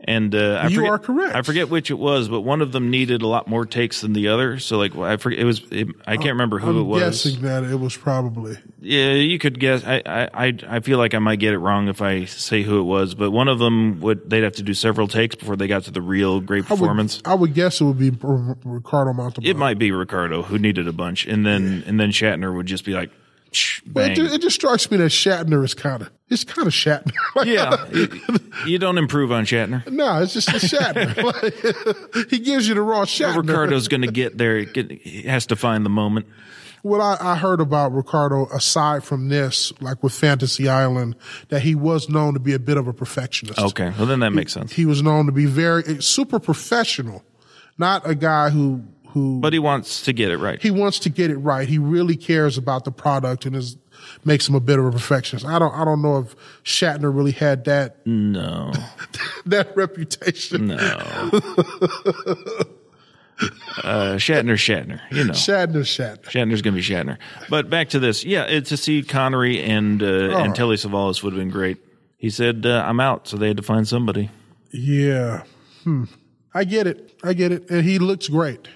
Speaker 1: And uh, I
Speaker 2: You
Speaker 1: forget,
Speaker 2: are correct.
Speaker 1: I forget which it was, but one of them needed a lot more takes than the other. So, like, I forget it was. It, I can't remember who it
Speaker 2: Oh, I'm
Speaker 1: was.
Speaker 2: guessing that it was probably
Speaker 1: Yeah, you could guess. I, I, I, I feel like I might get it wrong if I say who it was, but one of them would they'd have to do several takes before they got to the real great
Speaker 2: I would-
Speaker 1: performance.
Speaker 2: I would, guess it would be R- Ricardo Montalban.
Speaker 1: it might be Ricardo who needed a bunch, and then and then Shatner would just be like, "Shh,
Speaker 2: But
Speaker 1: bang.
Speaker 2: it, ju- it just strikes me that Shatner is kind of it's kind of Shatner. Like,
Speaker 1: yeah, you, you don't improve on Shatner.
Speaker 2: No, it's just a Shatner. Like, he gives you the raw Shatner.
Speaker 1: Ricardo's going to get there. Get, he has to find the moment.
Speaker 2: What I, I heard about Ricardo, aside from this, like with Fantasy Island, that he was known to be a bit of a perfectionist.
Speaker 1: Okay, well then that makes sense.
Speaker 2: He was known to be very eh, super professional, not a guy who who
Speaker 1: But he wants to get it right.
Speaker 2: he wants to get it right. He really cares about the product and is makes him a bit of a perfectionist. I don't I don't know if Shatner really had that
Speaker 1: no,
Speaker 2: that reputation.
Speaker 1: no. uh, Shatner, Uh, Shatner, you know.
Speaker 2: Shatner, Shatner.
Speaker 1: Shatner's going to be Shatner. But back to this. Yeah, it, to see Connery and uh, and Telly Savalas would have been great. He said, uh, "I'm out," so they had to find somebody.
Speaker 2: Yeah. Hmm. I get it. I get it. And he looks great.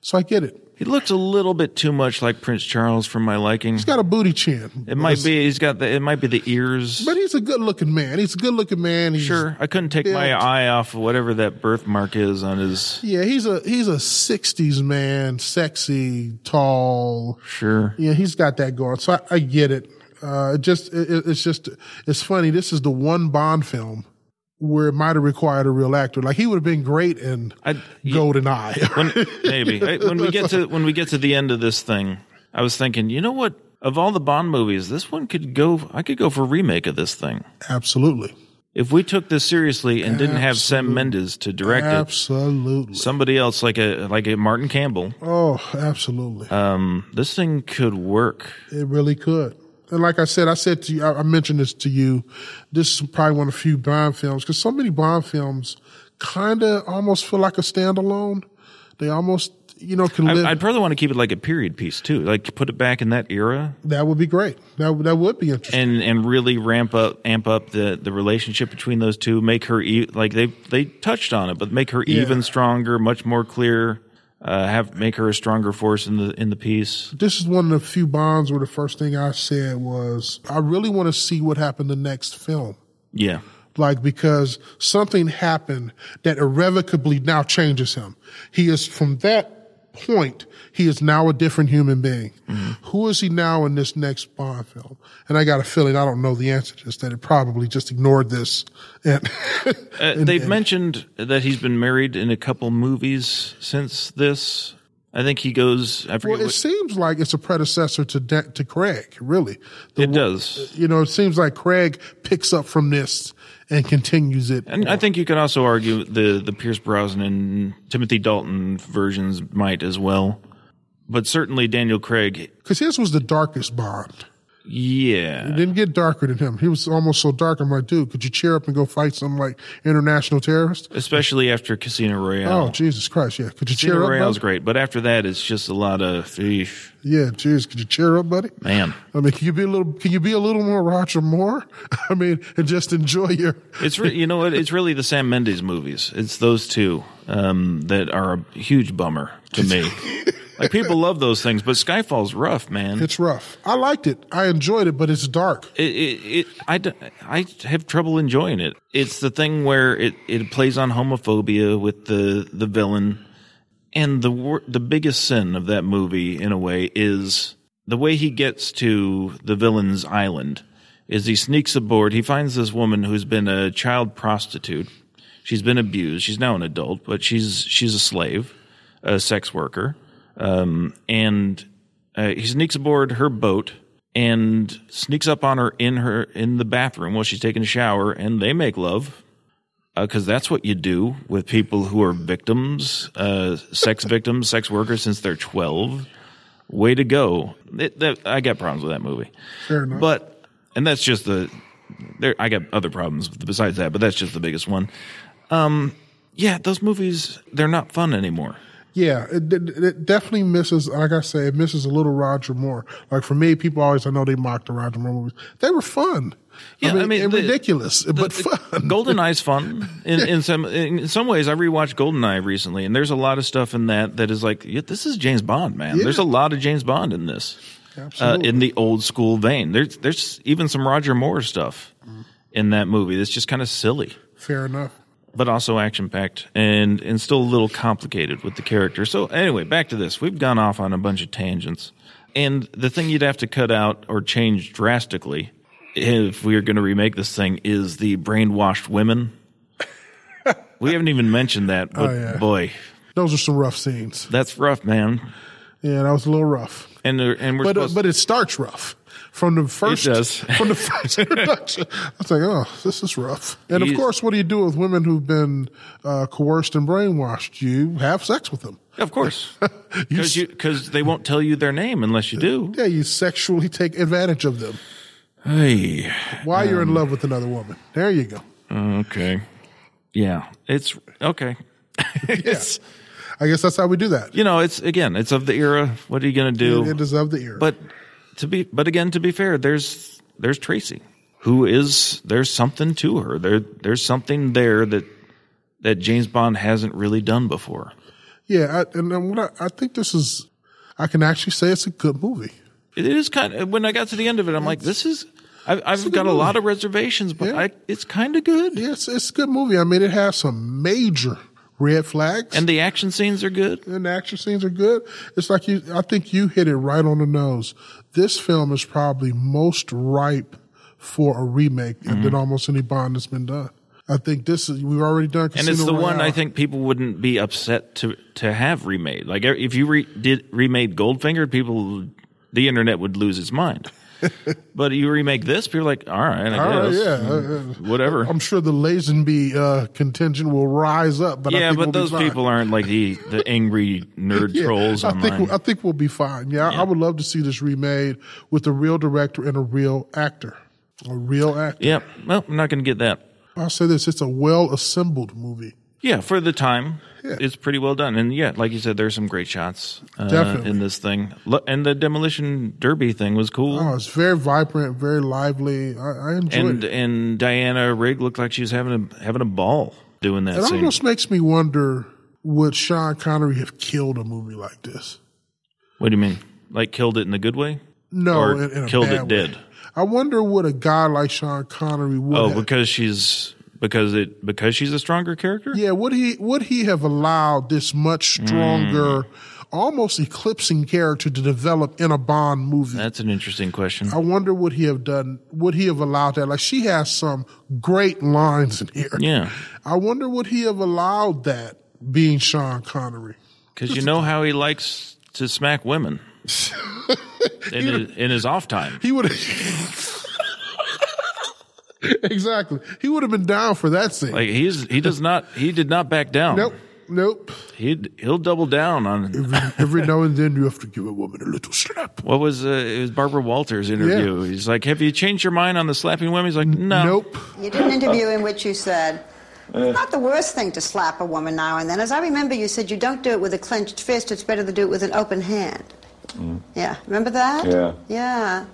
Speaker 2: So I get it.
Speaker 1: He looked a little bit too much like Prince Charles for my liking.
Speaker 2: He's got a booty chin.
Speaker 1: It might be he's got the it might be the ears.
Speaker 2: But he's a good looking man. He's a good looking man. He's,
Speaker 1: Sure, I couldn't take my
Speaker 2: Yeah.
Speaker 1: eye off of whatever that birthmark is on his.
Speaker 2: Yeah, he's a he's a sixties man, sexy, tall.
Speaker 1: Sure,
Speaker 2: Yeah, he's got that going. So I, I get it. Uh, it just it, it- it's just it's funny. This is the one Bond film where it might have required a real actor. Like he would have been great in
Speaker 1: I-
Speaker 2: Golden Eye.
Speaker 1: maybe Hey, when we get to when we get to the end of this thing, I was thinking, you know what? Of all the Bond movies, this one could go. I could go for a remake of this thing.
Speaker 2: Absolutely,
Speaker 1: If we took this seriously and didn't have Sam Mendes to direct it,
Speaker 2: absolutely.
Speaker 1: somebody else like a like a Martin Campbell,
Speaker 2: Oh, absolutely.
Speaker 1: Uh, this thing could work.
Speaker 2: It really could. And like I said, I said to you, I I mentioned this to you. This is probably one of the few Bond films because so many Bond films kind of almost feel like a standalone. They almost, you know, can
Speaker 1: I,
Speaker 2: live.
Speaker 1: I'd probably want to keep it like a period piece too, like put it back in that era
Speaker 2: that would be great. That would- that would be interesting.
Speaker 1: and and really ramp up amp up the the relationship between those two. Make her e- like they they touched on it, but make her even stronger, much more clear. Uh, have make her a stronger force in the in the piece.
Speaker 2: This is one of the few Bonds where the first thing I said was, I really want to see what happened the next film.
Speaker 1: Yeah,
Speaker 2: like because something happened that irrevocably now changes him. He is from that point, he is now a different human being. Who is he now in this next Bond film? And I got a feeling I don't know the answer to this, that it probably just ignored this. And
Speaker 1: Uh, they've mentioned that he's been married in a couple movies since this. I think he goes. I forget
Speaker 2: Well, it
Speaker 1: what-
Speaker 2: seems like it's a predecessor to De- to Craig, really. The uh,
Speaker 1: it
Speaker 2: one-
Speaker 1: does.
Speaker 2: You know, it seems like Craig picks up from this and continues it.
Speaker 1: And I think you could also argue the the Pierce Brosnan and Timothy Dalton versions might as well. But certainly Daniel Craig,
Speaker 2: Because his was the darkest Bond. It
Speaker 1: yeah.
Speaker 2: didn't get darker than him. He was almost so dark. I'm like, dude, could you cheer up and go fight some like international terrorist?
Speaker 1: Especially after Casino
Speaker 2: Oh,
Speaker 1: Royale.
Speaker 2: Jesus Christ, yeah. Could you cheer
Speaker 1: Casino
Speaker 2: up?
Speaker 1: Royale's
Speaker 2: Buddy?
Speaker 1: great, but after that it's just a lot of eesh,
Speaker 2: Yeah, cheers. Could you cheer up, buddy?
Speaker 1: man.
Speaker 2: I mean, can you be a little? Can you be a little more Roger Moore? I mean, and just enjoy your.
Speaker 1: It's re- you know what? It's really the Sam Mendes movies. It's those two um, that are a huge bummer to me. like people love those things, but Skyfall's rough, man. It,
Speaker 2: It's rough. I liked it. I enjoyed it, but it's dark.
Speaker 1: it, it, I, d- I have trouble enjoying it. It's the thing where it, it plays on homophobia with the, the villain, and the wor- the biggest sin of that movie, in a way, is the way he gets to the villain's island. Is he sneaks aboard? He finds this woman who's been a child prostitute. She's been abused. She's now an adult, but she's she's a slave, a sex worker, um, and uh, he sneaks aboard her boat and sneaks up on her in her in the bathroom while she's taking a shower, and they make love because Uh, that's what you do with people who are victims, uh, sex victims, sex workers since they're 12. Way to go. It, that, I got problems with that movie.
Speaker 2: Fair enough.
Speaker 1: But, and that's just the, there, I got other problems besides that, but that's just the biggest one. Um, yeah, those movies, they're not fun anymore.
Speaker 2: Yeah, it, it, it definitely misses. Like I say, it misses a little Roger Moore. Like for me, people always I know they mock the Roger Moore movies. They were fun.
Speaker 1: Yeah, I mean,
Speaker 2: and
Speaker 1: the-
Speaker 2: ridiculous, but fun.
Speaker 1: GoldenEye's fun in, in some in some ways. I rewatched GoldenEye recently, and there's a lot of stuff in that that is like yeah, this is James Bond, man.
Speaker 2: Yeah.
Speaker 1: There's a lot of James Bond in this, uh,
Speaker 2: Absolutely.
Speaker 1: in the old school vein. There's there's even some Roger Moore stuff in that movie that's just kind of silly,
Speaker 2: Fair enough.
Speaker 1: but also action packed and and still a little complicated with the character. So anyway, back to this. We've gone off on a bunch of tangents, and the thing you'd have to cut out or change drastically. If we are going to remake this thing, is the brainwashed women we haven't even mentioned that, but
Speaker 2: Oh, yeah.
Speaker 1: boy,
Speaker 2: Those are some rough scenes.
Speaker 1: that's rough, man.
Speaker 2: Yeah, that was a little rough.
Speaker 1: And they're- and we're
Speaker 2: But uh,
Speaker 1: supposed
Speaker 2: but it starts rough from the first.
Speaker 1: does.
Speaker 2: from the first introduction. I was like, oh, this is rough. And of
Speaker 1: He's-
Speaker 2: course, what do you do with women who've been uh, coerced and brainwashed? You have sex with them.
Speaker 1: of course,
Speaker 2: You,
Speaker 1: because because they won't tell you their name unless you do.
Speaker 2: yeah, you sexually take advantage of them
Speaker 1: Hey,
Speaker 2: while you're
Speaker 1: Um,
Speaker 2: in love with another woman. There you go.
Speaker 1: okay, yeah, it's okay. it's
Speaker 2: I guess that's how we do that.
Speaker 1: you know, it's again, it's of the era. What are you going to do?
Speaker 2: It is of the era.
Speaker 1: but to be but again to be fair there's there's tracy who is there's something to her there there's something there that that james bond hasn't really done before
Speaker 2: yeah, I, and then what I, I think this is, I can actually say it's a good movie.
Speaker 1: it is kind of when i got to the end of it i'm like this is i've, I've got a lot of reservations but
Speaker 2: Yeah.
Speaker 1: I, it's kind of good
Speaker 2: Yeah, it's, it's a good movie. I mean, it has some major red flags,
Speaker 1: and
Speaker 2: and,
Speaker 1: the action scenes are good
Speaker 2: the action scenes are good. It's like you, I think you hit it right on the nose. This film is probably most ripe for a remake than
Speaker 1: Mm-hmm.
Speaker 2: almost any Bond that's been done. I think this is we've already done.
Speaker 1: and
Speaker 2: Casino
Speaker 1: it's the one
Speaker 2: Royale.
Speaker 1: I think people wouldn't be upset to to have remade. Like if you re- did remade Goldfinger, people the internet would lose its mind. but you remake this, people are like, all right, I
Speaker 2: All right,
Speaker 1: guess, Mm,
Speaker 2: yeah, uh, uh,
Speaker 1: whatever.
Speaker 2: I'm sure the Lazenby uh, contingent will rise up, but I
Speaker 1: yeah,
Speaker 2: think
Speaker 1: but
Speaker 2: we'll be
Speaker 1: those
Speaker 2: fine.
Speaker 1: people aren't like the the angry nerd
Speaker 2: Yeah,
Speaker 1: trolls
Speaker 2: I
Speaker 1: online.
Speaker 2: think I think we'll be fine. Yeah, I would love to see this remade with a real director and a real actor, a real actor.
Speaker 1: yeah, well, I'm not going to get that.
Speaker 2: I'll say this: it's a well assembled movie.
Speaker 1: Yeah, for the time,
Speaker 2: Yeah.
Speaker 1: it's pretty well done. And yeah, like you said, there's some great shots uh,
Speaker 2: Definitely.
Speaker 1: in this thing. Lo- And the demolition derby thing was cool.
Speaker 2: Oh, it's very vibrant, very lively. I, I enjoyed
Speaker 1: and
Speaker 2: it.
Speaker 1: and Diana Rigg looked like she was having a having a ball doing that
Speaker 2: It
Speaker 1: scene.
Speaker 2: almost makes me wonder: Would Sean Connery have killed a movie like this?
Speaker 1: what do you mean? Like killed it in a good way?
Speaker 2: No,
Speaker 1: or
Speaker 2: Oh, in, in a
Speaker 1: killed
Speaker 2: bad
Speaker 1: it
Speaker 2: way.
Speaker 1: dead?
Speaker 2: I wonder what a guy like Sean Connery would.
Speaker 1: Oh,
Speaker 2: have-
Speaker 1: because she's because it because she's a stronger character.
Speaker 2: Yeah, would he would he have allowed this much
Speaker 1: Mm.
Speaker 2: stronger, almost eclipsing character to develop in a Bond movie?
Speaker 1: That's an interesting question.
Speaker 2: I wonder would he have done would he have allowed that? Like she has some great lines in here.
Speaker 1: Yeah,
Speaker 2: I wonder would he have allowed that being Sean Connery?
Speaker 1: because you know how he likes to smack women in, his, in his off time.
Speaker 2: He would have. exactly. He would have been down for that scene.
Speaker 1: Like he's he does not he did not back down.
Speaker 2: nope. Nope.
Speaker 1: He he'll double down on
Speaker 2: Every, every now and then you have to give a woman a little slap.
Speaker 1: what was uh, it was Barbara Walters interview. He's like, "Have you changed your mind on the slapping women?" He's like, "No."
Speaker 2: Nope.
Speaker 3: You did an interview in which you said, it's not the worst thing to slap a woman now and then. As I remember, you said you don't do it with a clenched fist, it's better to do it with an open hand. Yeah, remember that?
Speaker 4: Yeah.
Speaker 3: Yeah.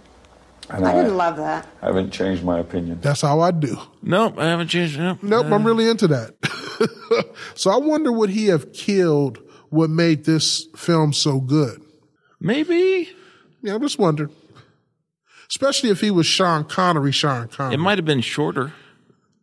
Speaker 4: And
Speaker 3: I
Speaker 4: I,
Speaker 3: didn't love that.
Speaker 4: haven't changed my opinion.
Speaker 2: That's how I do.
Speaker 1: Nope, I haven't changed. Nope.
Speaker 2: Nope, I'm really into that. so I wonder would he have killed what made this film so good?
Speaker 1: Maybe
Speaker 2: Yeah, I just wonder. Especially if he was Sean Connery, Sean Connery.
Speaker 1: it might have been shorter.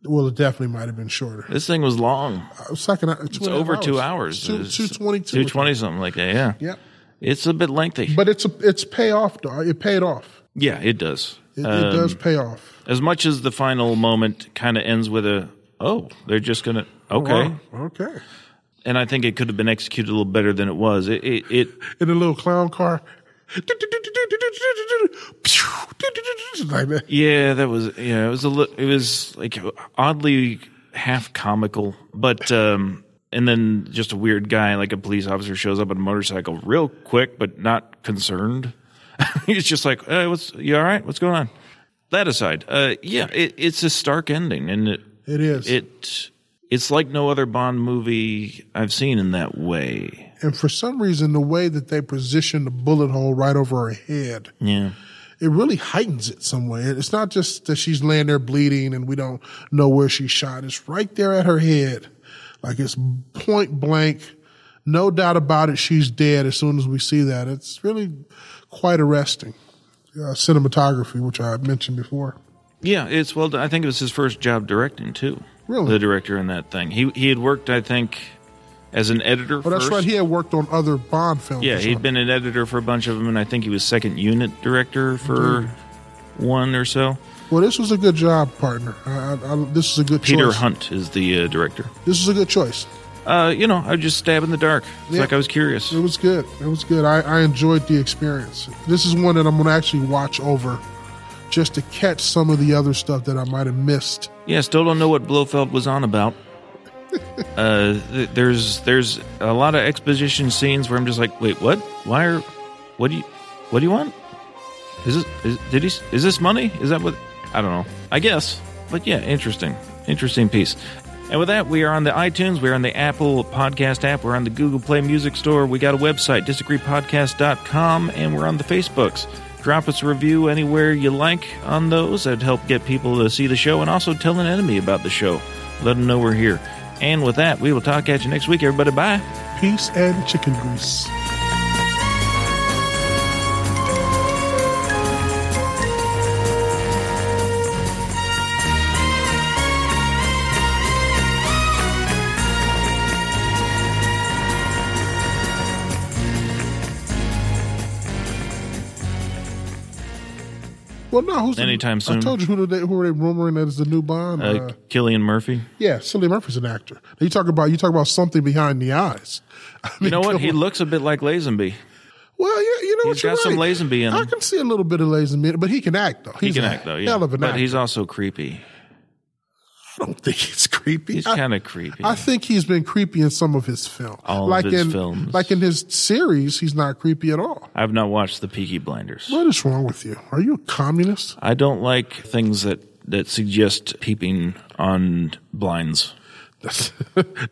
Speaker 2: well, it definitely might have been shorter.
Speaker 1: This thing was long.
Speaker 2: I was talking,
Speaker 1: It's over two hours.
Speaker 2: Two,
Speaker 1: It's
Speaker 2: 222.
Speaker 1: 220 something like that. Yeah.
Speaker 2: Yep.
Speaker 1: It's a bit lengthy.
Speaker 2: But it's a, it's payoff, dog. It paid off.
Speaker 1: yeah, it does.
Speaker 2: It, it
Speaker 1: Um,
Speaker 2: does pay off.
Speaker 1: As much as the final moment kind of ends with a, oh, they're just going to, okay.
Speaker 2: Wow. Okay.
Speaker 1: And I think it could have been executed a little better than it was. It, it, it
Speaker 2: In a little clown car. Like that.
Speaker 1: yeah, that was, yeah, it was a little, it was like oddly half comical, but, um, and then just a weird guy, like a police officer shows up on a motorcycle real quick, but not concerned. He's just like, hey, what's, you all right? What's going on? That aside, uh, yeah, it, it's a stark ending and it,
Speaker 2: It is.
Speaker 1: it it's like no other Bond movie I've seen in that way.
Speaker 2: and for some reason, the way that they position the bullet hole right over her head,
Speaker 1: Yeah.
Speaker 2: it really heightens it some way. It's not just that she's laying there bleeding and we don't know where she shot. It's right there at her head. Like it's point blank. No doubt about it, she's dead as soon as we see that. It's really quite arresting. Uh, cinematography, which I mentioned before.
Speaker 1: Yeah, it's well done. I think it was his first job directing too.
Speaker 2: Really?
Speaker 1: The director in that thing. He he had worked I think as an editor
Speaker 2: Oh, that's
Speaker 1: first.
Speaker 2: right. He had worked on other Bond films.
Speaker 1: yeah,
Speaker 2: or
Speaker 1: he'd
Speaker 2: something.
Speaker 1: been an editor for a bunch of them and I think he was second unit director for
Speaker 2: Mm-hmm.
Speaker 1: one or so.
Speaker 2: Well, this was a good job, partner. I, I, I, this is a good
Speaker 1: Peter
Speaker 2: choice.
Speaker 1: Hunt is the uh, director.
Speaker 2: This is a good choice.
Speaker 1: Uh, you know, I would just stab in the dark. It's
Speaker 2: Yeah. Mm-hmm.
Speaker 1: like I was curious.
Speaker 2: It was good. It was good. I, I enjoyed the experience. This is one that I'm going to actually watch over just to catch some of the other stuff that I might have missed.
Speaker 1: Yeah, still don't know what Blofeld was on about. uh, th- there's there's a lot of exposition scenes where I'm just like, wait, what? Why are? What do you? What do you want? Is this is, did he? s- Is this money? Is that what? I don't know. I guess, but yeah, interesting, interesting piece. And with that, we are on the iTunes, we're on the Apple Podcast app, we're on the Google Play Music Store, we got a website, disagreepodcast.com, and we're on the Facebooks. Drop us a review anywhere you like on those. That'd help get people to see the show and also tell an enemy about the show. Let them know we're here. And with that, we will talk at you next week, everybody. Bye.
Speaker 2: Peace and chicken grease. Well, no, who's the-
Speaker 1: Anytime
Speaker 2: I
Speaker 1: soon.
Speaker 2: told you who they, who they rumoring that is the new Bond.
Speaker 1: Uh, Killian Murphy.
Speaker 2: Yeah, Cillian Murphy's an actor. You talk about you talk about something behind the eyes. I mean,
Speaker 1: You know what?
Speaker 2: come
Speaker 1: He
Speaker 2: on.
Speaker 1: looks a bit like Lazenby.
Speaker 2: well, yeah, you know
Speaker 1: he's
Speaker 2: what? You're
Speaker 1: got some
Speaker 2: right.
Speaker 1: Lazenby in
Speaker 2: I
Speaker 1: him.
Speaker 2: can see a little bit of Lazenby, but he can act though.
Speaker 1: He
Speaker 2: He's
Speaker 1: can
Speaker 2: a
Speaker 1: act though, yeah.
Speaker 2: Hell of an
Speaker 1: but
Speaker 2: actor.
Speaker 1: he's also creepy.
Speaker 2: I don't think he's creepy.
Speaker 1: He's
Speaker 2: I-
Speaker 1: kind of creepy.
Speaker 2: I think he's been creepy in some of his films.
Speaker 1: All of
Speaker 2: like
Speaker 1: his
Speaker 2: in
Speaker 1: films.
Speaker 2: like in his series, he's not creepy at all.
Speaker 1: I've not watched the Peaky Blinders.
Speaker 2: What is wrong with you? Are you a communist?
Speaker 1: I don't like things that that suggest peeping on blinds.
Speaker 2: That's,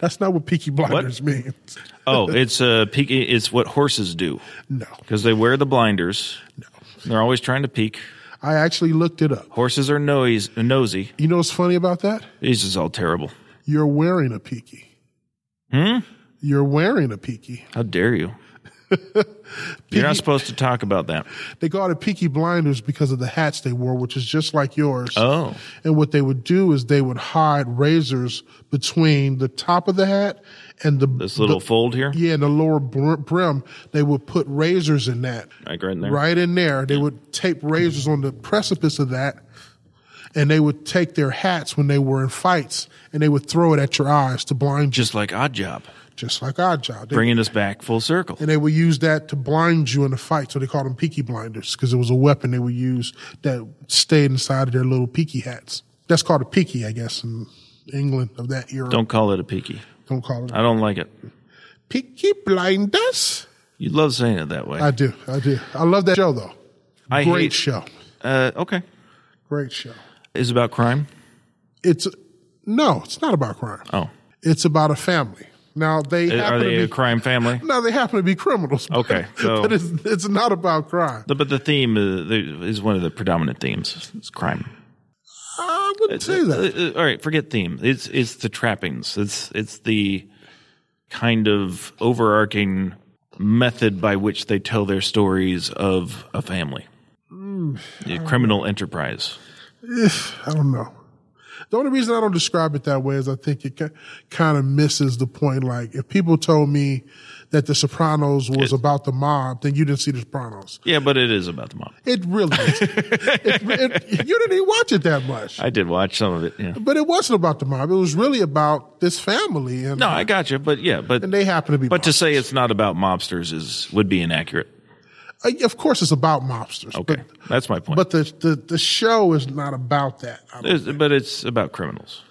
Speaker 2: that's not what Peaky Blinders means.
Speaker 1: Oh, it's uh, peek. It's what horses do
Speaker 2: No,
Speaker 1: because they wear the blinders. They're always trying to peek.
Speaker 2: I actually looked it up.
Speaker 1: Horses are noise, nosy.
Speaker 2: You know what's funny about that?
Speaker 1: This is all terrible.
Speaker 2: You're wearing a peaky. Hmm? You're wearing a peaky.
Speaker 1: How dare you? You're not supposed to talk about that.
Speaker 2: They called it peaky blinders because of the hats they wore, which is just like yours.
Speaker 1: Oh,
Speaker 2: And what they would do is they would hide razors between the top of the hat and the
Speaker 1: this little
Speaker 2: the-
Speaker 1: fold here,
Speaker 2: yeah, and the lower br- brim. They would put razors in that
Speaker 1: like right in there. Hmm.
Speaker 2: right in there. They would tape razors on the precipice of that, and they would take their hats when they were in fights and they would throw it at your eyes to blind you,
Speaker 1: Just like Odd Job,
Speaker 2: just like Odd Job. They-
Speaker 1: bringing us back full circle.
Speaker 2: and they would use that to blind you in the fight. So they called them peaky blinders because it was a weapon they would use that stayed inside of their little peaky hats. That's called a peaky, I guess, in England of that era.
Speaker 1: Don't call it a peaky.
Speaker 2: Don't call it
Speaker 1: I don't like it.
Speaker 2: peaky blinders.
Speaker 1: You love saying it that way.
Speaker 2: I do. I do. I love that show though.
Speaker 1: I
Speaker 2: Great
Speaker 1: hate-
Speaker 2: show.
Speaker 1: Uh, okay.
Speaker 2: Great show.
Speaker 1: Is it about crime?
Speaker 2: It's no, it's not about crime.
Speaker 1: Oh.
Speaker 2: It's about a family. Now they happen
Speaker 1: Are
Speaker 2: to
Speaker 1: they
Speaker 2: be
Speaker 1: a crime family?
Speaker 2: No, they happen to be criminals. but-
Speaker 1: Okay, so-
Speaker 2: but it's, it's not about crime.
Speaker 1: The- But the theme uh, the- is one of the predominant themes. It's crime.
Speaker 2: I wouldn't say that.
Speaker 1: Uh, uh, all right, forget theme. It's it's the trappings. It's it's the kind of overarching method by which they tell their stories of a family,
Speaker 2: Mm.
Speaker 1: The criminal enterprise.
Speaker 2: I don't know. The only reason I don't describe it that way is I think it kind of misses the point. Like, if people told me that The Sopranos was about the mob, then you didn't see The Sopranos.
Speaker 1: Yeah, but it is about the mob.
Speaker 2: It really is. it, it- you didn't even watch it that much.
Speaker 1: I did watch some of it. Yeah.
Speaker 2: But it wasn't about the mob. It was really about this family. And,
Speaker 1: No, I got you. But yeah, but
Speaker 2: and they happen to be
Speaker 1: but to
Speaker 2: mobsters.
Speaker 1: say it's not about mobsters is would be inaccurate.
Speaker 2: Uh, Of course, it's about mobsters.
Speaker 1: Okay,
Speaker 2: But,
Speaker 1: that's my point.
Speaker 2: but
Speaker 1: But,
Speaker 2: the, the, the show is not about that. I don't-
Speaker 1: but it's about criminals.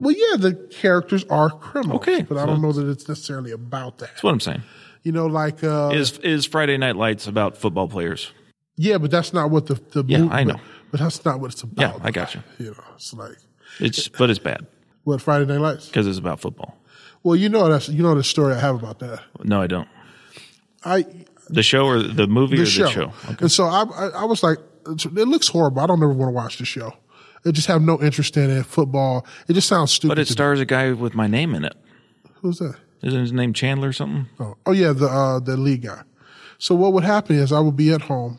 Speaker 2: Well, yeah, the characters are criminals.
Speaker 1: Okay,
Speaker 2: But I
Speaker 1: so-
Speaker 2: don't know that it's necessarily about that.
Speaker 1: That's what I'm saying.
Speaker 2: You know, like. Uh,
Speaker 1: Is is Friday Night Lights about football players?
Speaker 2: Yeah, but that's not what the the
Speaker 1: Yeah,
Speaker 2: mov-
Speaker 1: I know.
Speaker 2: But, but that's not what it's
Speaker 1: Yeah,
Speaker 2: about.
Speaker 1: I got you.
Speaker 2: You know, it's like
Speaker 1: It's but it's bad
Speaker 2: what Friday Night Lights.
Speaker 1: because it's about football.
Speaker 2: Well, you know that's you know the story I have about that.
Speaker 1: No, I don't.
Speaker 2: I
Speaker 1: The show or the movie
Speaker 2: the
Speaker 1: or
Speaker 2: show,
Speaker 1: the show?
Speaker 2: and so I, I I was like, it looks horrible. I don't ever want to watch the show. I just have no interest in it. Football. It just sounds stupid.
Speaker 1: But it
Speaker 2: to me.
Speaker 1: stars a guy with my name in it.
Speaker 2: Who's that?
Speaker 1: Isn't his name Chandler or something?
Speaker 2: Oh, oh yeah, the uh, the league guy. So what would happen is I would be at home,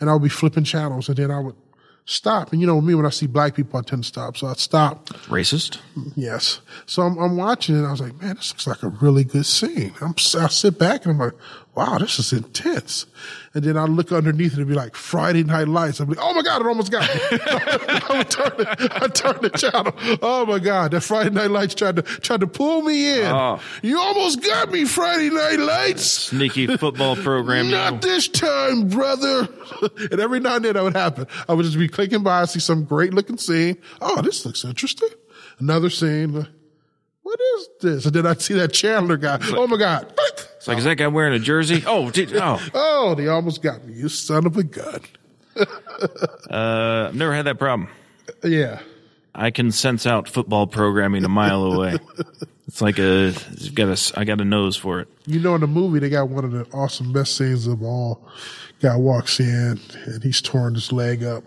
Speaker 2: and I would be flipping channels, and then I would stop. And you know me, when I see black people, I tend to stop. So I'd stop.
Speaker 1: Racist.
Speaker 2: Yes. So I'm, I'm watching it. And I was like, man, this looks like a really good scene. I'm, I sit back and I'm like, wow, this is intense. And then I look underneath it and be like, Friday Night Lights. I'm like, oh my God, it almost got me. I, would turn it, I turn the channel. Oh my God, that Friday Night Lights tried to, tried to pull me in.
Speaker 1: Oh.
Speaker 2: You almost got me, Friday Night Lights.
Speaker 1: Sneaky football program. you
Speaker 2: Not
Speaker 1: know.
Speaker 2: this time, brother. and every now and then that would happen. I would just be clicking by, see some great looking scene. Oh, this looks interesting. Another scene. What is this? And then I'd see that Chandler guy. Oh my God. Click.
Speaker 1: It's like, is that guy wearing a jersey? Oh, did, oh.
Speaker 2: Oh, they almost got me. You son of a gun.
Speaker 1: Uh, I've never had that problem.
Speaker 2: Yeah.
Speaker 1: I can sense out football programming a mile away. It's like a, it's got a, s- I got a nose for it.
Speaker 2: You know, in the movie, they got one of the awesome best scenes of all. Guy walks in and he's torn his leg up.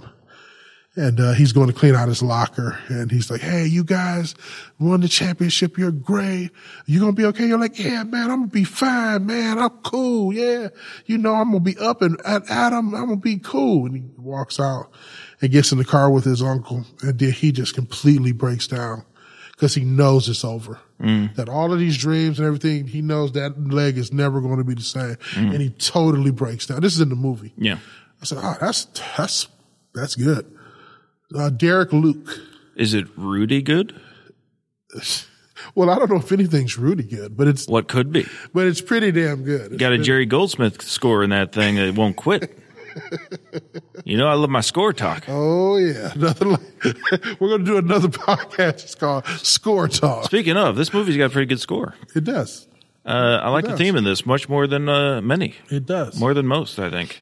Speaker 2: And uh, he's going to clean out his locker. And he's like, Hey, you guys won the championship. You're great. You going to be okay? You're like, Yeah, man, I'm going to be fine, man. I'm cool. Yeah. You know, I'm going to be up and at Adam. I'm going to be cool. And he walks out and gets in the car with his uncle. And then he just completely breaks down because he knows it's over. That all of these dreams and everything, he knows that leg is never going to be the same. And he totally breaks down. This is in the movie.
Speaker 1: Yeah.
Speaker 2: I said, oh, that's that's that's good. Uh, Derek Luke.
Speaker 1: Is it Rudy good?
Speaker 2: Well, I don't know if anything's really good, but it's
Speaker 1: What could be?
Speaker 2: but it's pretty damn good. It's
Speaker 1: Got a
Speaker 2: been-
Speaker 1: Jerry Goldsmith score in that thing that won't quit. You know, I love my score talk.
Speaker 2: Oh yeah, another. like- We're going to do another podcast. It's called Score Talk.
Speaker 1: Speaking of, this movie's got a pretty good score.
Speaker 2: It does.
Speaker 1: Uh, I like the
Speaker 2: does.
Speaker 1: theme in this much more than uh, many,
Speaker 2: It does.
Speaker 1: more than most, I think.